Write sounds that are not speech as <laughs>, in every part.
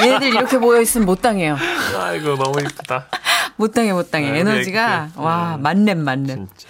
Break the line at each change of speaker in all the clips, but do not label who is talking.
얘네들 이렇게 모여 있으면 못 당해요.
아이고 너무 이쁘다.
못 당해 못 당해.
아,
에너지가
네,
와 만렙 만렙.
진짜.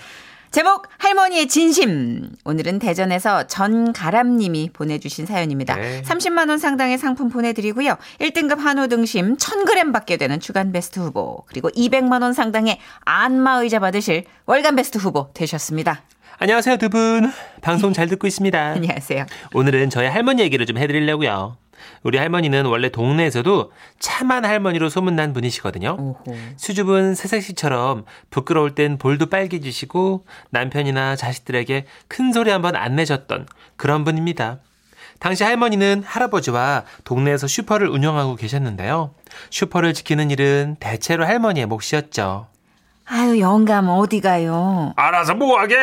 제목 할머니의 진심. 오늘은 대전에서 전가람 님이 보내주신 사연입니다.
네.
30만 원 상당의 상품 보내드리고요. 1등급 한우 등심 1000g 받게 되는 주간 베스트 후보 그리고 200만 원 상당의 안마 의자 받으실 월간 베스트 후보 되셨습니다.
안녕하세요 두 분. 방송 잘 듣고 있습니다.
안녕하세요.
오늘은 저희 할머니 얘기를 좀 해드리려고요. 우리 할머니는 원래 동네에서도 참한 할머니로 소문난 분이시거든요.
오호.
수줍은 새색시처럼 부끄러울 땐 볼도 빨개지시고 남편이나 자식들에게 큰 소리 한번 안 내셨던 그런 분입니다. 당시 할머니는 할아버지와 동네에서 슈퍼를 운영하고 계셨는데요. 슈퍼를 지키는 일은 대체로 할머니의 몫이었죠.
아유 영감 어디 가요?
알아서 뭐하게?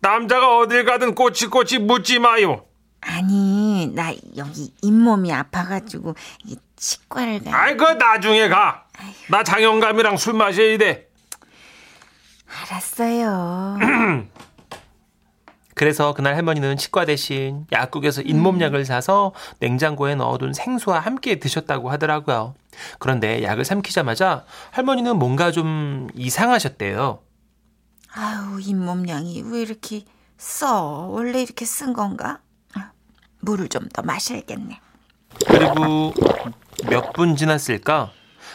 남자가 어딜 가든 꼬치꼬치 묻지 마요.
아니 나 여기 잇몸이 아파가지고 이 치과를 가.
아이 그 나중에 가. 나 장영감이랑 술 마셔야 돼.
알았어요.
그래서 그날 할머니는 치과 대신 약국에서 잇몸약을 사서 냉장고에 넣어둔 생수와 함께 드셨다고 하더라고요. 그런데 약을 삼키자마자 할머니는 뭔가 좀 이상하셨대요.
아유 잇몸량이 왜 이렇게 써? 원래 이렇게 쓴 건가? 아, 물을 좀 더 마셔야겠네.
그리고 몇 분 지났을까?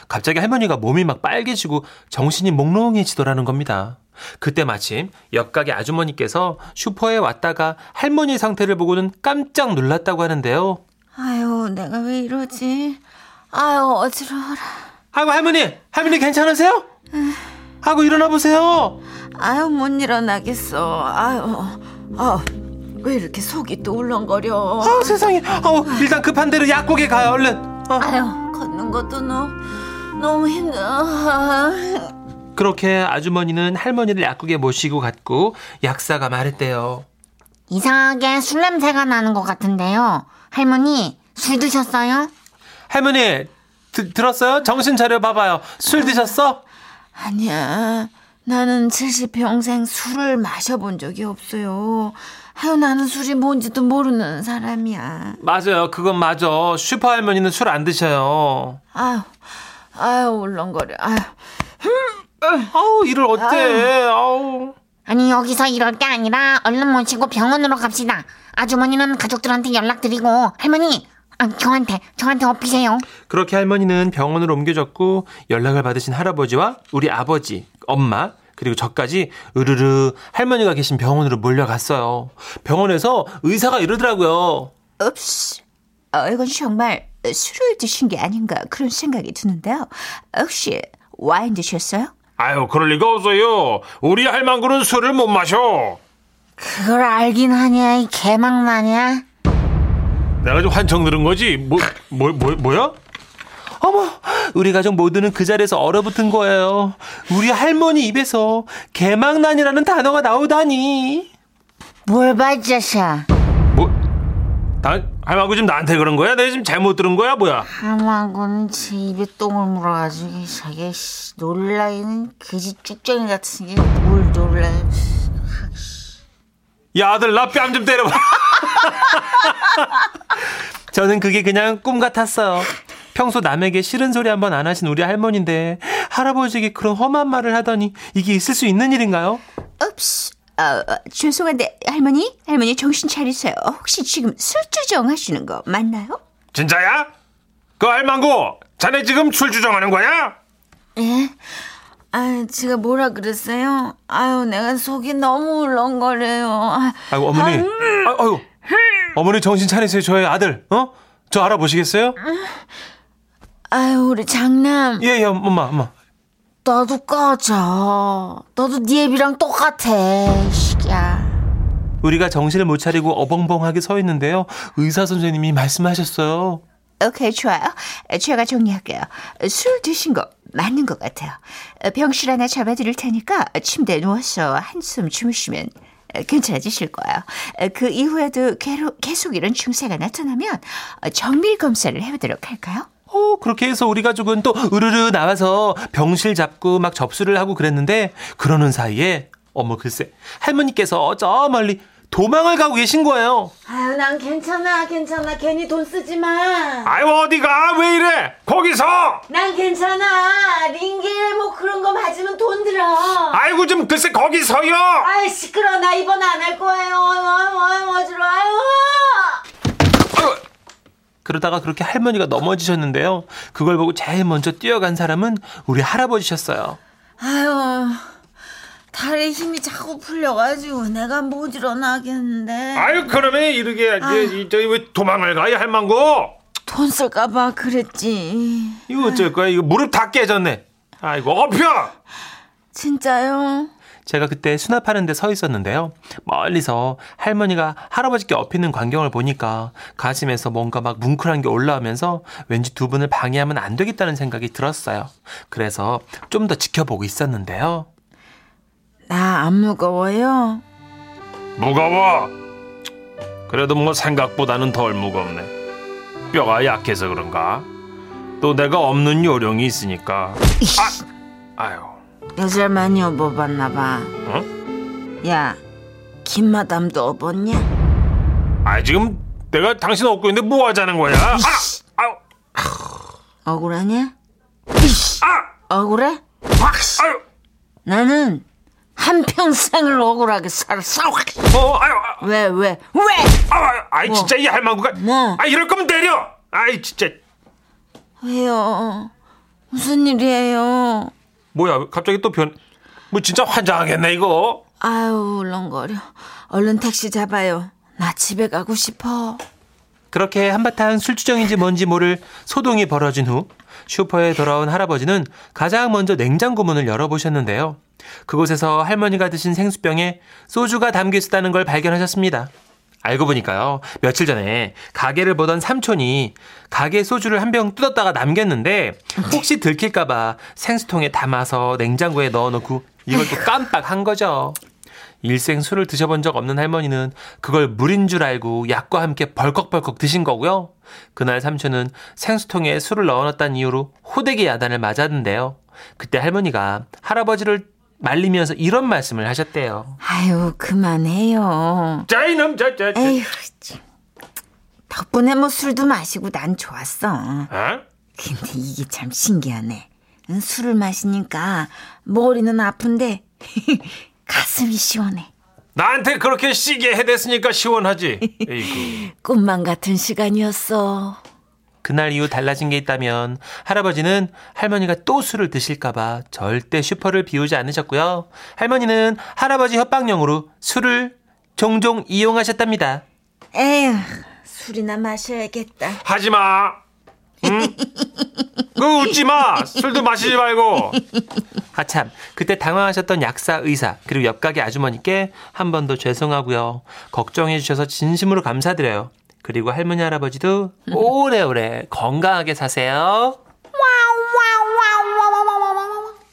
갑자기 할머니가 몸이 막 빨개지고 정신이 몽롱해지더라는 겁니다. 그때 마침 옆가게 아주머니께서 슈퍼에 왔다가 할머니 상태를 보고는 깜짝 놀랐다고 하는데요.
아유 내가 왜 이러지? 아유 어지러워라.
아이고 할머니, 할머니 괜찮으세요? 아이고 일어나 보세요.
아유 못 일어나겠어. 아유 어, 아왜 이렇게 속이 또 울렁거려.
아 세상에, 아우 일단 급한 대로 약국에 가요 얼른. 어.
아유 걷는 것도 너무 너무 힘들어. 아,
그렇게 아주머니는 할머니를 약국에 모시고 갔고 약사가 말했대요.
이상하게 술 냄새가 나는 것 같은데요. 할머니, 술 드셨어요?
할머니 드- 들었어요? 정신 차려 봐봐요. 술 드셨어?
아니야. 나는 70평생 술을 마셔본 적이 없어요. 아유, 나는 술이 뭔지도 모르는 사람이야.
맞아요. 그건 맞아. 슈퍼 할머니는 술 안 드셔요.
아유, 아유, 울렁거려. 아유,
아우 이를 어때? 아우.
아니, 여기서 이럴 게 아니라 얼른 모시고 병원으로 갑시다. 아주머니는 가족들한테 연락드리고, 할머니, 아, 저한테, 저한테 업히세요.
그렇게 할머니는 병원으로 옮겨졌고 연락을 받으신 할아버지와 우리 아버지, 엄마 그리고 저까지 으르르 할머니가 계신 병원으로 몰려갔어요. 병원에서 의사가 이러더라고요.
읍씨. 어, 이건 정말 술을 드신 게 아닌가 그런 생각이 드는데요. 혹시 와인 드셨어요?
아유 그럴 리가 없어요. 우리 할망구는 술을 못 마셔.
그걸 알긴 하냐, 이 개망나냐?
내가 좀 환청 들은 거지. 뭐, 뭐, 뭐, 뭐야?
어머, 우리 가족 모두는 그 자리에서 얼어붙은 거예요. 우리 할머니 입에서 개망난이라는 단어가 나오다니.
뭘 봐, 이 자식아.
뭐? 나, 할망구 지금 나한테 그런 거야? 내가 지금 잘못 들은 거야? 뭐야?
할망구는 제 입에 똥을 물어가지고, 저게, 씨, 놀라이는 그지 쭉쟁이 같은 게 뭘 놀라이.
야 아들 나 뺨 좀 때려봐.
<laughs> 저는 그게 그냥 꿈 같았어요. 평소 남에게 싫은 소리 한 번 안 하신 우리 할머니인데 할아버지에게 그런 험한 말을 하다니 이게 있을 수 있는 일인가요?
읍씨. 어, 어, 죄송한데 할머니, 할머니 정신 차리세요. 혹시 지금 술주정 하시는 거 맞나요?
진짜야? 그 할망구 자네 지금 술 주정하는 거야?
예? 아, 제가 뭐라 그랬어요? 아유, 내가 속이 너무 울렁거려요. 아,
아이고 어머니, 아, 아이고 어머니 정신 차리세요 저의 아들, 어? 저 알아보시겠어요?
아유, 우리 장남.
예, 예, 엄마, 엄마.
나도 꺼져. 너도 네 앱이랑 똑같아, 이 시기야.
우리가 정신을 못 차리고 어벙벙하게 서 있는데요. 의사 선생님이 말씀하셨어요.
오케이, 좋아요. 제가 정리할게요. 술 드신 거 맞는 것 같아요. 병실 하나 잡아드릴 테니까 침대에 누워서 한숨 주무시면 괜찮아지실 거예요. 그 이후에도 괴로- 계속 이런 증세가 나타나면 정밀 검사를 해보도록 할까요?
어, 그렇게 해서 우리 가족은 또 으르르 나와서 병실 잡고 막 접수를 하고 그랬는데 그러는 사이에 어머 글쎄 할머니께서 저 멀리 도망을 가고 계신 거예요.
아유 난 괜찮아 괜찮아 괜히 돈 쓰지 마.
아유 어디가 왜 이래? 거기서!
난 괜찮아 링겔 뭐 그런 거 맞으면 돈 들어.
아이고 좀 글쎄 거기서요.
아이 시끄러 나 이번 안 할 거예요. 어이 어이 어지러 아유.
그러다가 그렇게 할머니가 넘어지셨는데요. 그걸 보고 제일 먼저 뛰어간 사람은 우리 할아버지셨어요.
아유 다리 힘이 자꾸 풀려가지고 내가 못 일어나겠는데
아유 그러면 이렇게 이제 이- 저기 왜 도망을 가요 할망고?
돈 쓸까봐 그랬지.
이거 어쩔 거야? 이거 무릎 다 깨졌네.
아이고 업혀.
진짜요?
제가 그때 수납하는데 서 있었는데요. 멀리서 할머니가 할아버지께 업히는 광경을 보니까 가슴에서 뭔가 막 뭉클한 게 올라오면서 왠지 두 분을 방해하면 안 되겠다는 생각이 들었어요. 그래서 좀 더 지켜보고 있었는데요.
나 안 무거워요.
무거워. 그래도 뭐 생각보다는 덜 무겁네. 뼈가 약해서 그런가? 또 내가 없는 요령이 있으니까. 아, 아유.
여자를 많이 업어봤나 봐. 어? 야, 김마담도 업었냐?
아 지금 내가 당신 업고 있는데 뭐 하자는 거야? 아, 아유,
억울하냐?
아,
억울해?
아유,
나는 한 평생을 억울하게 살았어.
어, 아유, 아,
왜, 왜, 왜?
아유, 아이 진짜 이 할망구가.
뭐?
아 이럴 거면 내려. 아이 진짜.
왜요? 무슨 일이에요?
뭐야 갑자기 또 변. 뭐 진짜 환장하겠네 이거.
아유, 울렁거려. 얼른 택시 잡아요. 나 집에 가고 싶어.
그렇게 한바탕 술주정인지 뭔지 모를 소동이 벌어진 후 슈퍼에 돌아온 할아버지는 가장 먼저 냉장고 문을 열어보셨는데요. 그곳에서 할머니가 드신 생수병에 소주가 담겨 있었다는 걸 발견하셨습니다. 알고 보니까요, 며칠 전에 가게를 보던 삼촌이 가게 소주를 한 병 뜯었다가 남겼는데 혹시 들킬까봐 생수통에 담아서 냉장고에 넣어놓고 이걸 또 깜빡 한 거죠. 일생 술을 드셔본 적 없는 할머니는 그걸 물인 줄 알고 약과 함께 벌컥벌컥 드신 거고요. 그날 삼촌은 생수통에 술을 넣어놨다는 이유로 호되게 야단을 맞았는데요. 그때 할머니가 할아버지를 말리면서 이런 말씀을 하셨대요.
아유, 그만해요.
자 이놈 자자.
에휴, 참. 덕분에 뭐 술도 마시고 난 좋았어.
어?
근데 이게 참 신기하네. 응, 술을 마시니까 머리는 아픈데 <laughs> 가슴이 시원해.
나한테 그렇게 시게 해댔으니까 시원하지. 에이구.
꿈만 같은 시간이었어.
그날 이후 달라진 게 있다면 할아버지는 할머니가 또 술을 드실까봐 절대 슈퍼를 비우지 않으셨고요. 할머니는 할아버지 협박용으로 술을 종종 이용하셨답니다.
에휴, 술이나 마셔야겠다.
하지 마. 응? 그 웃지 마. 술도 마시지 말고.
아참 그때 당황하셨던 약사 의사 그리고 옆 가게 아주머니께 한 번 더 죄송하고요 걱정해 주셔서 진심으로 감사드려요 그리고 할머니 할아버지도
음.
오래오래 건강하게 사세요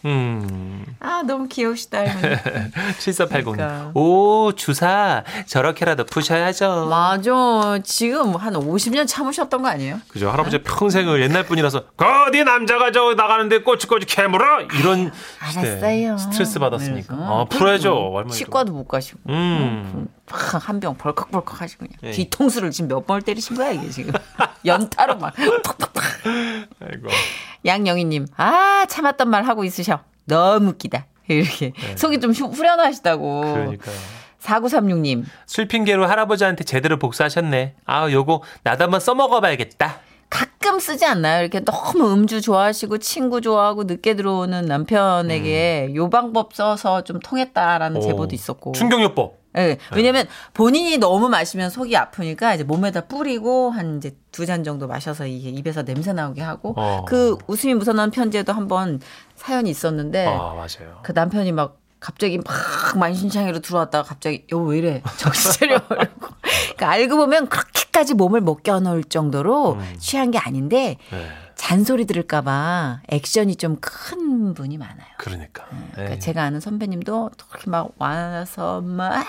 음
아, 너무 귀여우시다, 할머니. 그러니까.
7480. 오, 주사. 저렇게라도 푸셔야죠.
맞아. 지금 한 50년 참으셨던 거 아니에요?
그죠 할아버지 평생을 옛날 분이라서 거디 그 남자가 저 나가는데 꼬치꼬치 캐물어 이런
아,
네,
알았어요. 네. 음.
스트레스 받았으니까.
어 풀어야죠 할머니
치과도 못 가시고.
음.
팍 한 병 벌컥벌컥 하시고 그냥
예.
뒤통수를 지금 몇 번을 때리신 거야 이게 지금 <laughs> 연타로 막 팍팍팍
아이고
양영희님 아 참았던 말 하고 있으셔 너무 웃기다 이렇게 속이 좀 휴- 후련하시다고
네. 그러니까요.
4936님
술 핑계로 할아버지한테 제대로 복수하셨네. 아, 요거 나도 한번 써먹어 봐야겠다.
가끔 쓰지 않나요? 이렇게 너무 음주 좋아하시고 친구 좋아하고 늦게 들어오는 남편에게
음.
요 방법 써서 좀
어,
통했다라는 제보도 있었고.
충격요법.
예, 왜냐면 본인이 너무 마시면 속이 아프니까 이제 몸에다 뿌리고 한 이제 두 잔 정도 마셔서 이게 입에서 냄새 나오게 하고
어.
그 웃음이 묻어나는 편지에도 한번 사연이 있었는데
아, 맞아요.
그 남편이 막 갑자기 막 만신창이로 들어왔다가 갑자기 여보 왜 이래 정신 차려 이러고 <laughs> 그러니까 알고 보면 그렇게까지 몸을 못 겨넣을 정도로 취한 게 아닌데
네.
잔소리 들을까봐 액션이 좀 큰 분이 많아요.
그러니까.
그러니까
예.
제가 아는 선배님도 그렇게 막 와서 막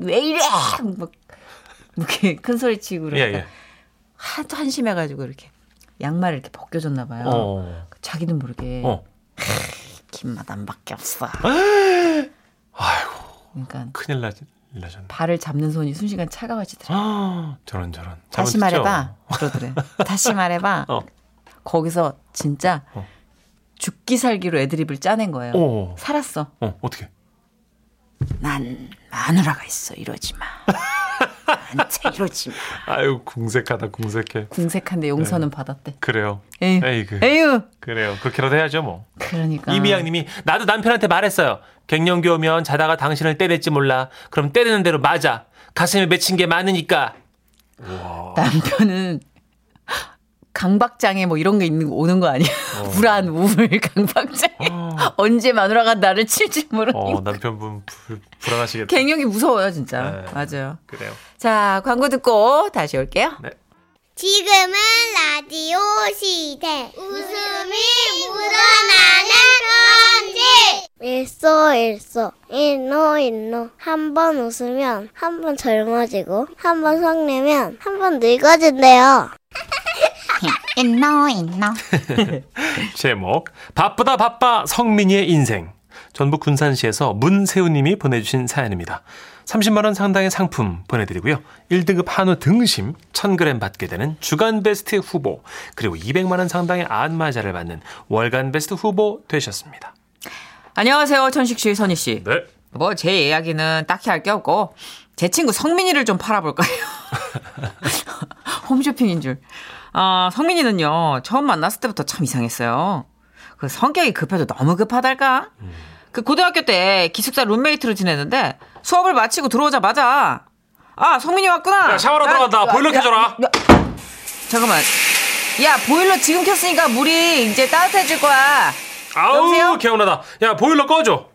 왜 이래 막 이렇게 큰 소리 치고
예,
그러니까
예.
하도 한심해가지고 이렇게 양말을 이렇게 벗겨줬나 봐요.
어.
자기도 모르게
어. <laughs>
김마담밖에 없어. 아이고. 그러니까
큰일 나지. 일하셨네. <gasps>
발을 잡는 손이 순식간 차가워지더라.
아, 저런 저런.
다시
잡아듣죠?
말해봐.
<laughs>
그러더래. 다시 말해봐.
어.
거기서 진짜
어.
죽기 살기로 애드립을 짜낸 거예요.
오.
살았어.
어, 어떻게?
난 마누라가 있어. 이러지 마. 나한테 이러지 마.
아유, 궁색하다, 궁색해.
궁색한데 용서는
네.
받았대.
그래요.
에이.
에이그.
에휴.
그래요. 그렇게라도 해야죠, 뭐.
그러니까.
네. 이미양님이 나도 남편한테 말했어요. 갱년기 오면 자다가 당신을 때릴지 몰라. 그럼 때리는 대로 맞아. 가슴에 맺힌
<laughs>
게 많으니까.
남편은 강박장애 뭐 이런 게 있는 오는 거 아니야?
어.
불안, 우울, 강박장애. 언제 마누라가 나를 칠지 모르니까.
아. 어, 남편분 불, 불안하시겠다.
갱년기 무서워요, 진짜.
네.
맞아요.
그래요.
자, 광고 듣고 다시 올게요.
<laughs> 지금은 라디오 시대. 웃음이 묻어나는 편지. 일소 일소 일노 일노 한 번 웃으면 한 번 젊어지고 한 번 성내면 한 번 늙어진대요.
있노 있노
제목 바쁘다 바빠 성민이의 인생 전북 군산시에서 문세우님이 보내주신 사연입니다. 30만 원 상당의 상품 보내드리고요. 1등급 한우 등심 1000g 받게 되는 주간베스트 후보 그리고 200만 원 상당의 안마자를 받는 월간베스트 후보 되셨습니다.
안녕하세요, 천식 씨, 선희 씨.
네.
뭐 제 이야기는 딱히 할 게 없고 제 친구 성민이를 좀 팔아볼까요? <laughs> 홈쇼핑인 줄. 아 성민이는요 처음 만났을 때부터 참 이상했어요. 그 성격이 급해도 너무 급하달까? 그 고등학교 때 기숙사 룸메이트로 지냈는데 수업을 마치고 들어오자마자 아 성민이 왔구나.
야, 샤워로 들어간다. 보일러 켜줘라.
잠깐만. 야 보일러 지금 켰으니까 물이 이제 따뜻해질 거야. 여보세요?
아우 개운하다. 야 보일러 꺼줘. 어,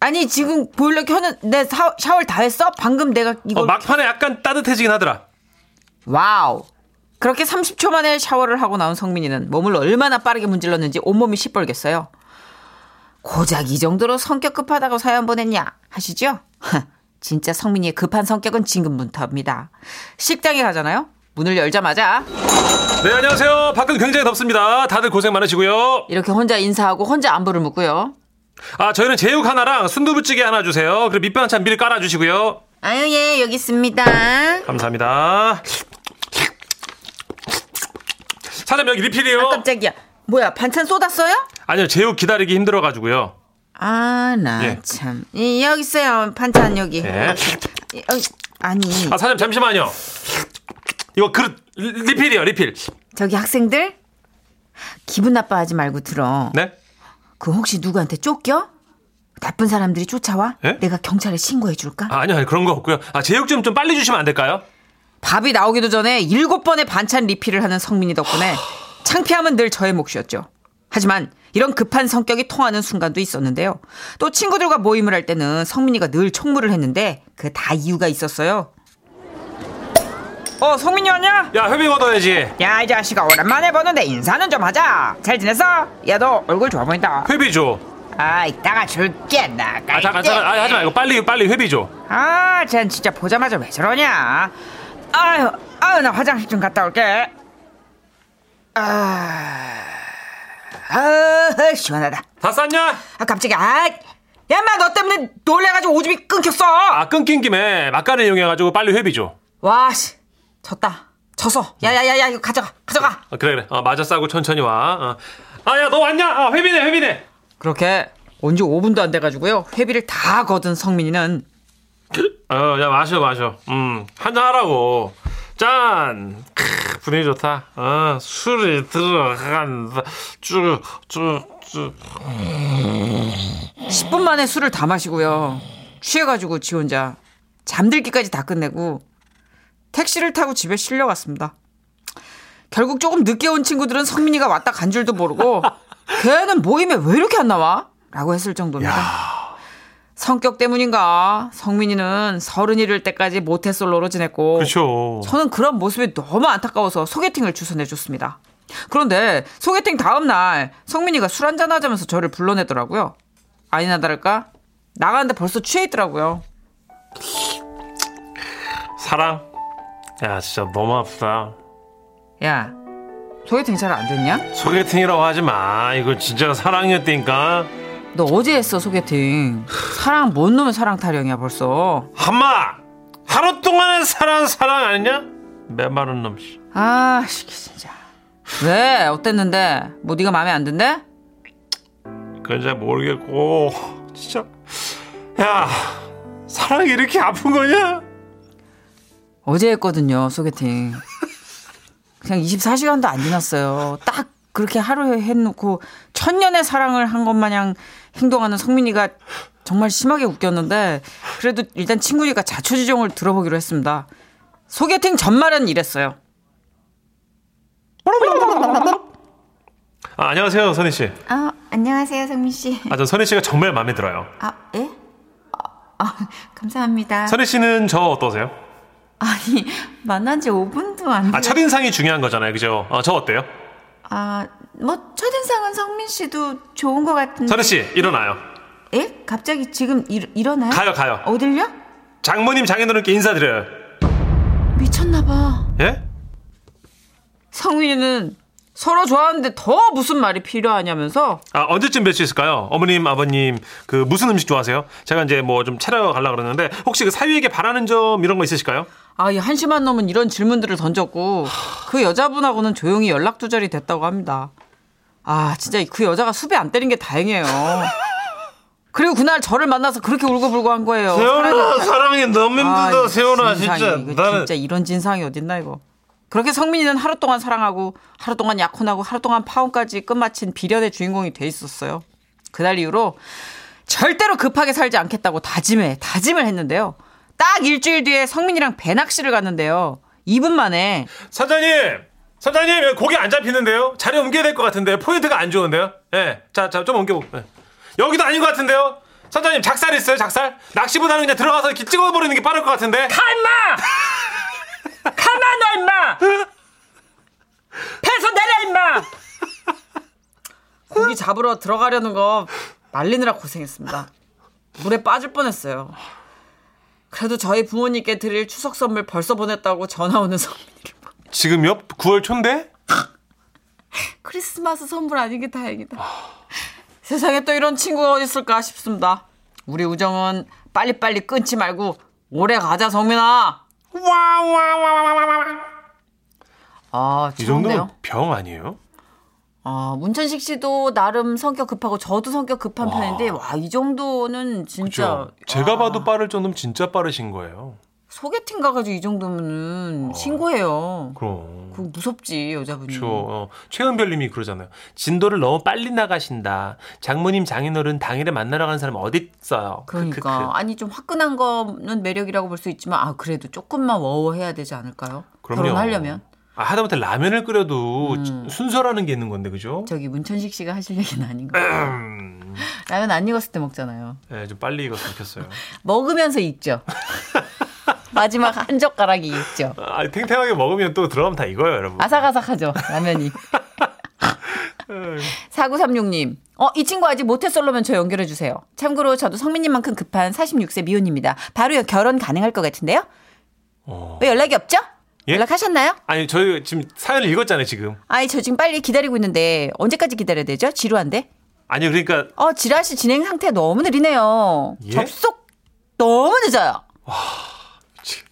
아니 지금 보일러 켜는 내 샤워, 샤워를 다 했어? 방금 내가 이거
어, 막판에 약간 따뜻해지긴 하더라.
와우. 그렇게 30초 만에 샤워를 하고 나온 성민이는 몸을 얼마나 빠르게 문질렀는지 온몸이 시뻘겠어요. 고작 이 정도로 성격 급하다고 사연 보냈냐 하시죠? 진짜 성민이의 급한 성격은 진급문터입니다. 식당에 가잖아요. 문을 열자마자
네 안녕하세요. 밖은 굉장히 덥습니다. 다들 고생 많으시고요.
이렇게 혼자 인사하고 혼자 안부를 묻고요.
아 저희는 제육 하나랑 순두부찌개 하나 주세요. 그리고 밑반찬 미리 깔아주시고요.
아유 예 여기 있습니다.
감사합니다. 사장님 여기 리필이요.
깜짝이야. 뭐야 반찬 쏟았어요?
아니요 제육 기다리기 힘들어가지고요.
아 나
예.
참. 이, 여기 있어요 반찬 여기.
예.
이, 어, 아니
아 사장님 잠시만요. 이거 그릇 리- 리필이요 리필.
저기 학생들 기분 나빠하지 말고 들어.
네?
그 혹시 누구한테 쫓겨? 나쁜 사람들이 쫓아와?
예?
내가 경찰에 신고해 줄까?
아, 아니요 아니, 그런 거 없고요. 아 제육 좀 좀 빨리 주시면 안 될까요?
밥이 나오기도 전에 일곱 번의 반찬 리필을 하는 성민이 덕분에 창피함은 늘 저의 몫이었죠. 하지만 이런 급한 성격이 통하는 순간도 있었는데요. 또 친구들과 모임을 할 때는 성민이가 늘 총무를 했는데 그 다 이유가 있었어요. 어, 성민이 왔냐?
야 협의고 얻어야지.
야, 이 자식아, 오랜만에 보는데 인사는 좀 하자. 잘 지냈어? 야, 너 얼굴 좋아 보인다.
회비 줘.
아, 이따가 줄게, 나.
아 잠깐
네,
잠깐 아, 하지 말고 빨리 빨리 회비 줘.
아, 쟨 진짜 보자마자 왜 저러냐. 아유, 아유, 나 화장실 좀 갔다 올게. 아, 아, 시원하다.
다 쌌냐?
아, 갑자기, 아, 야, 인마, 너 때문에 놀래가지고 오줌이 끊겼어.
아 끊긴 김에 막간을 이용해가지고 빨리 회비 줘.
와, 씨, 졌다. 졌어. 야, 야, 야, 야, 이거 가져가, 가져가.
아, 그래 그래. 어, 맞아 싸고 천천히 와. 아 야 너 왔냐? 아 회비네 회비네.
그렇게 온 지 5분도 안 돼가지고요. 회비를 다 거둔 성민이는
어야 마셔 마셔. 음 한잔 하라고. 짠. 크, 분위기 좋다. 어 술이 들어간다. 쭉쭉쭉
10분 만에 술을 다 마시고요. 취해가지고 지 혼자 잠들기까지 다 끝내고 택시를 타고 집에 실려갔습니다. 결국 조금 늦게 온 친구들은 성민이가 왔다 간 줄도
<laughs>
모르고 걔는 모임에 왜 이렇게 안 나와? 라고 했을 정도입니다. 성격 때문인가 성민이는 서른이 될 때까지 모태솔로로 지냈고
그렇죠.
저는 그런 모습이 너무 안타까워서 소개팅을 주선해줬습니다. 그런데 소개팅 다음날 성민이가 술 한잔 하자면서 저를 불러내더라고요. 아니나 다를까 나가는데 벌써 취해 있더라고요.
사랑. 야 진짜 너무 아프다.
야 소개팅 잘 안 됐냐?
소개팅이라고 하지 마. 이거 진짜 사랑이었다니까.
너 어제 했어 소개팅. 사랑 뭔 놈의 사랑 타령이야 벌써.
한마 하루 동안의 사랑 사랑 아니냐? 메마른 놈 씨.
아, 시기 진짜. 왜? 어땠는데? 뭐 네가 마음에 안 든대?
그건 잘 모르겠고 진짜 야 사랑이 이렇게 아픈 거냐?
어제 했거든요 소개팅. 그냥 24시간도 안 지났어요. 딱 그렇게 하루에 해놓고 천년의 사랑을 한 것 마냥 행동하는 성민이가 정말 심하게 웃겼는데 그래도 일단 친구니까 자초지종을 들어보기로 했습니다. 소개팅 전말은 이랬어요.
아, 안녕하세요 선희 씨.
아, 안녕하세요, 성민 씨.
아저 선희 씨가 정말 마음에 들어요.
아, 예? 아, 감사합니다.
선희 씨는 저 어떠세요?
아니, 만난 지 5분도 안
아
됐...
첫인상이 중요한 거잖아요, 그죠? 어, 저 어때요?
아, 뭐 첫인상은 성민 씨도 좋은 것 같은데.
선희 씨 일어나요.
예? 갑자기 지금 일, 일어나요?
가요 가요.
어딜요?
장모님 장인어른께 인사드려요.
미쳤나봐.
예?
성민이는 서로 좋아하는데 더 무슨 말이 필요하냐면서
아 언제쯤 뵐 수 있을까요? 어머님 아버님 그 무슨 음식 좋아하세요? 제가 이제 뭐 좀 차려 가려 그러는데 혹시 그 사위에게 바라는 점 이런 거 있으실까요?
아, 이 한심한 놈은 이런 질문들을 던졌고 그 여자분하고는 조용히 연락 두절이 됐다고 합니다. 아, 진짜 그 여자가 수배 안 때린 게 다행이에요. 그리고 그날 저를 만나서 그렇게 울고불고 한 거예요.
세훈아 사랑이 너무 힘들다
아,
세훈아
진상이,
진짜
이거
나는
진짜 이런 진상이 어딨나 이거. 그렇게 성민이는 하루 동안 사랑하고 하루 동안 약혼하고 하루 동안 파혼까지 끝마친 비련의 주인공이 돼 있었어요. 그날 이후로 절대로 급하게 살지 않겠다고 다짐해 다짐을 했는데요. 딱 일주일 뒤에 성민이랑 배낚시를 갔는데요. 2분 만에
사장님 사장님 여기 고기 안 잡히는데요 자리 옮겨야 될 것 같은데 포인트가 안 좋은데요 예자자좀 옮겨 예. 여기도 아닌 것 같은데요 사장님 작살 있어요 작살 낚시보다는 그냥 들어가서 이렇게 찍어버리는 게 빠를 것 같은데
가만 너 임마! 패서 내려 임마! 고기 잡으러 들어가려는 거 말리느라 고생했습니다. 물에 빠질 뻔했어요. 그래도 저희 부모님께 드릴 추석 선물 벌써 보냈다고 전화 오는 성민이를 봐.
지금 옆 9월 초인데
크리스마스 선물 아닌 게 다행이다. <laughs> 세상에 또 이런 친구가 어디 있을까 싶습니다. 우리 우정은 빨리빨리 끊지 말고 오래 가자 성민아. 아,
이
추운데요?
정도면 병 아니에요
아, 문천식 씨도 나름 성격 급하고 저도 성격 급한 편인데 와, 이 정도는 진짜 아,
그죠 제가 봐도 빠를 정도면 진짜 빠르신 거예요
소개팅 가 가지고 이 정도면은 신고해요.
그럼
그 무섭지, 여자분이.
어. 그렇죠. 어, 최은별님이 그러잖아요. 진도를 너무 빨리 나가신다. 장모님 장인어른 당일에 만나러 가는 사람 어디 있어요?
그러니까
크크크.
아니 좀 화끈한 거는 매력이라고 볼 수 있지만 아, 그래도 조금만 워워해야 되지 않을까요?
그럼요.
결혼하려면. 음.
아, 하다못해 라면을 끓여도 순서라는 게 있는 건데 그죠?
저기 문천식 씨가 하실 얘기는 아닌
<clears throat>
거. 라면 안 익었을 때 먹잖아요.
네, 좀 빨리 이거 들켰어요.
먹으면서 익죠. <laughs> 마지막 한 젓가락이 익죠.
아, 탱탱하게 먹으면 또 들어가면 다 이거예요, 여러분.
아삭아삭하죠
<laughs>
라면이. 4936님. 어, 이 친구 아직 모태솔로면 저 연결해 주세요. 참고로 저도 성민님만큼 급한 46세 미혼입니다. 바로 결혼 가능할 것 같은데요? 왜 연락이 없죠?
어. 예?
연락하셨나요?
아니, 저희 지금 사연을 읽었잖아요, 지금.
아이, 저 지금 빨리 기다리고 있는데 언제까지 기다려야 되죠? 지루한데?
아니, 그러니까
어, 지라 씨 진행 상태 너무 느리네요.
예?
접속 너무 늦어요.
미치겠다.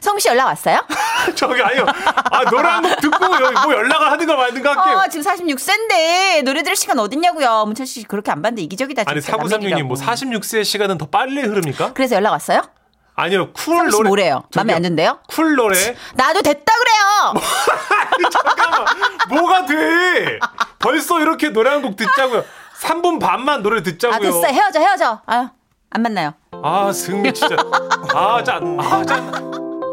성민 씨 연락 왔어요?
<laughs> 저기 아니요. 아, 노래 한 곡 듣고 여기 뭐 연락을 하든가 말든가 할게요.
어, 지금 46세인데 노래 들을 시간 어딨냐고요. 문철 씨 그렇게 안 봤는데 이기적이다.
아니,
진짜. 남의
4936님
일이라고.
뭐 46세의 시간은 더 빨리 흐릅니까?
그래서 연락 왔어요?
아니요, 쿨
성민 씨
노래.
뭐래요? 마음에
저기요.
안 든대요?
쿨 노래. <laughs>
나도 됐다 그래요.
뭐가 돼? 벌써 이렇게 노래 한 곡 듣자고요. 3분 반만 노래 듣자고요.
아 됐어 헤어져 헤어져. 아안 만나요.
아, 승미 진짜. 아, 짠. 아, 짠.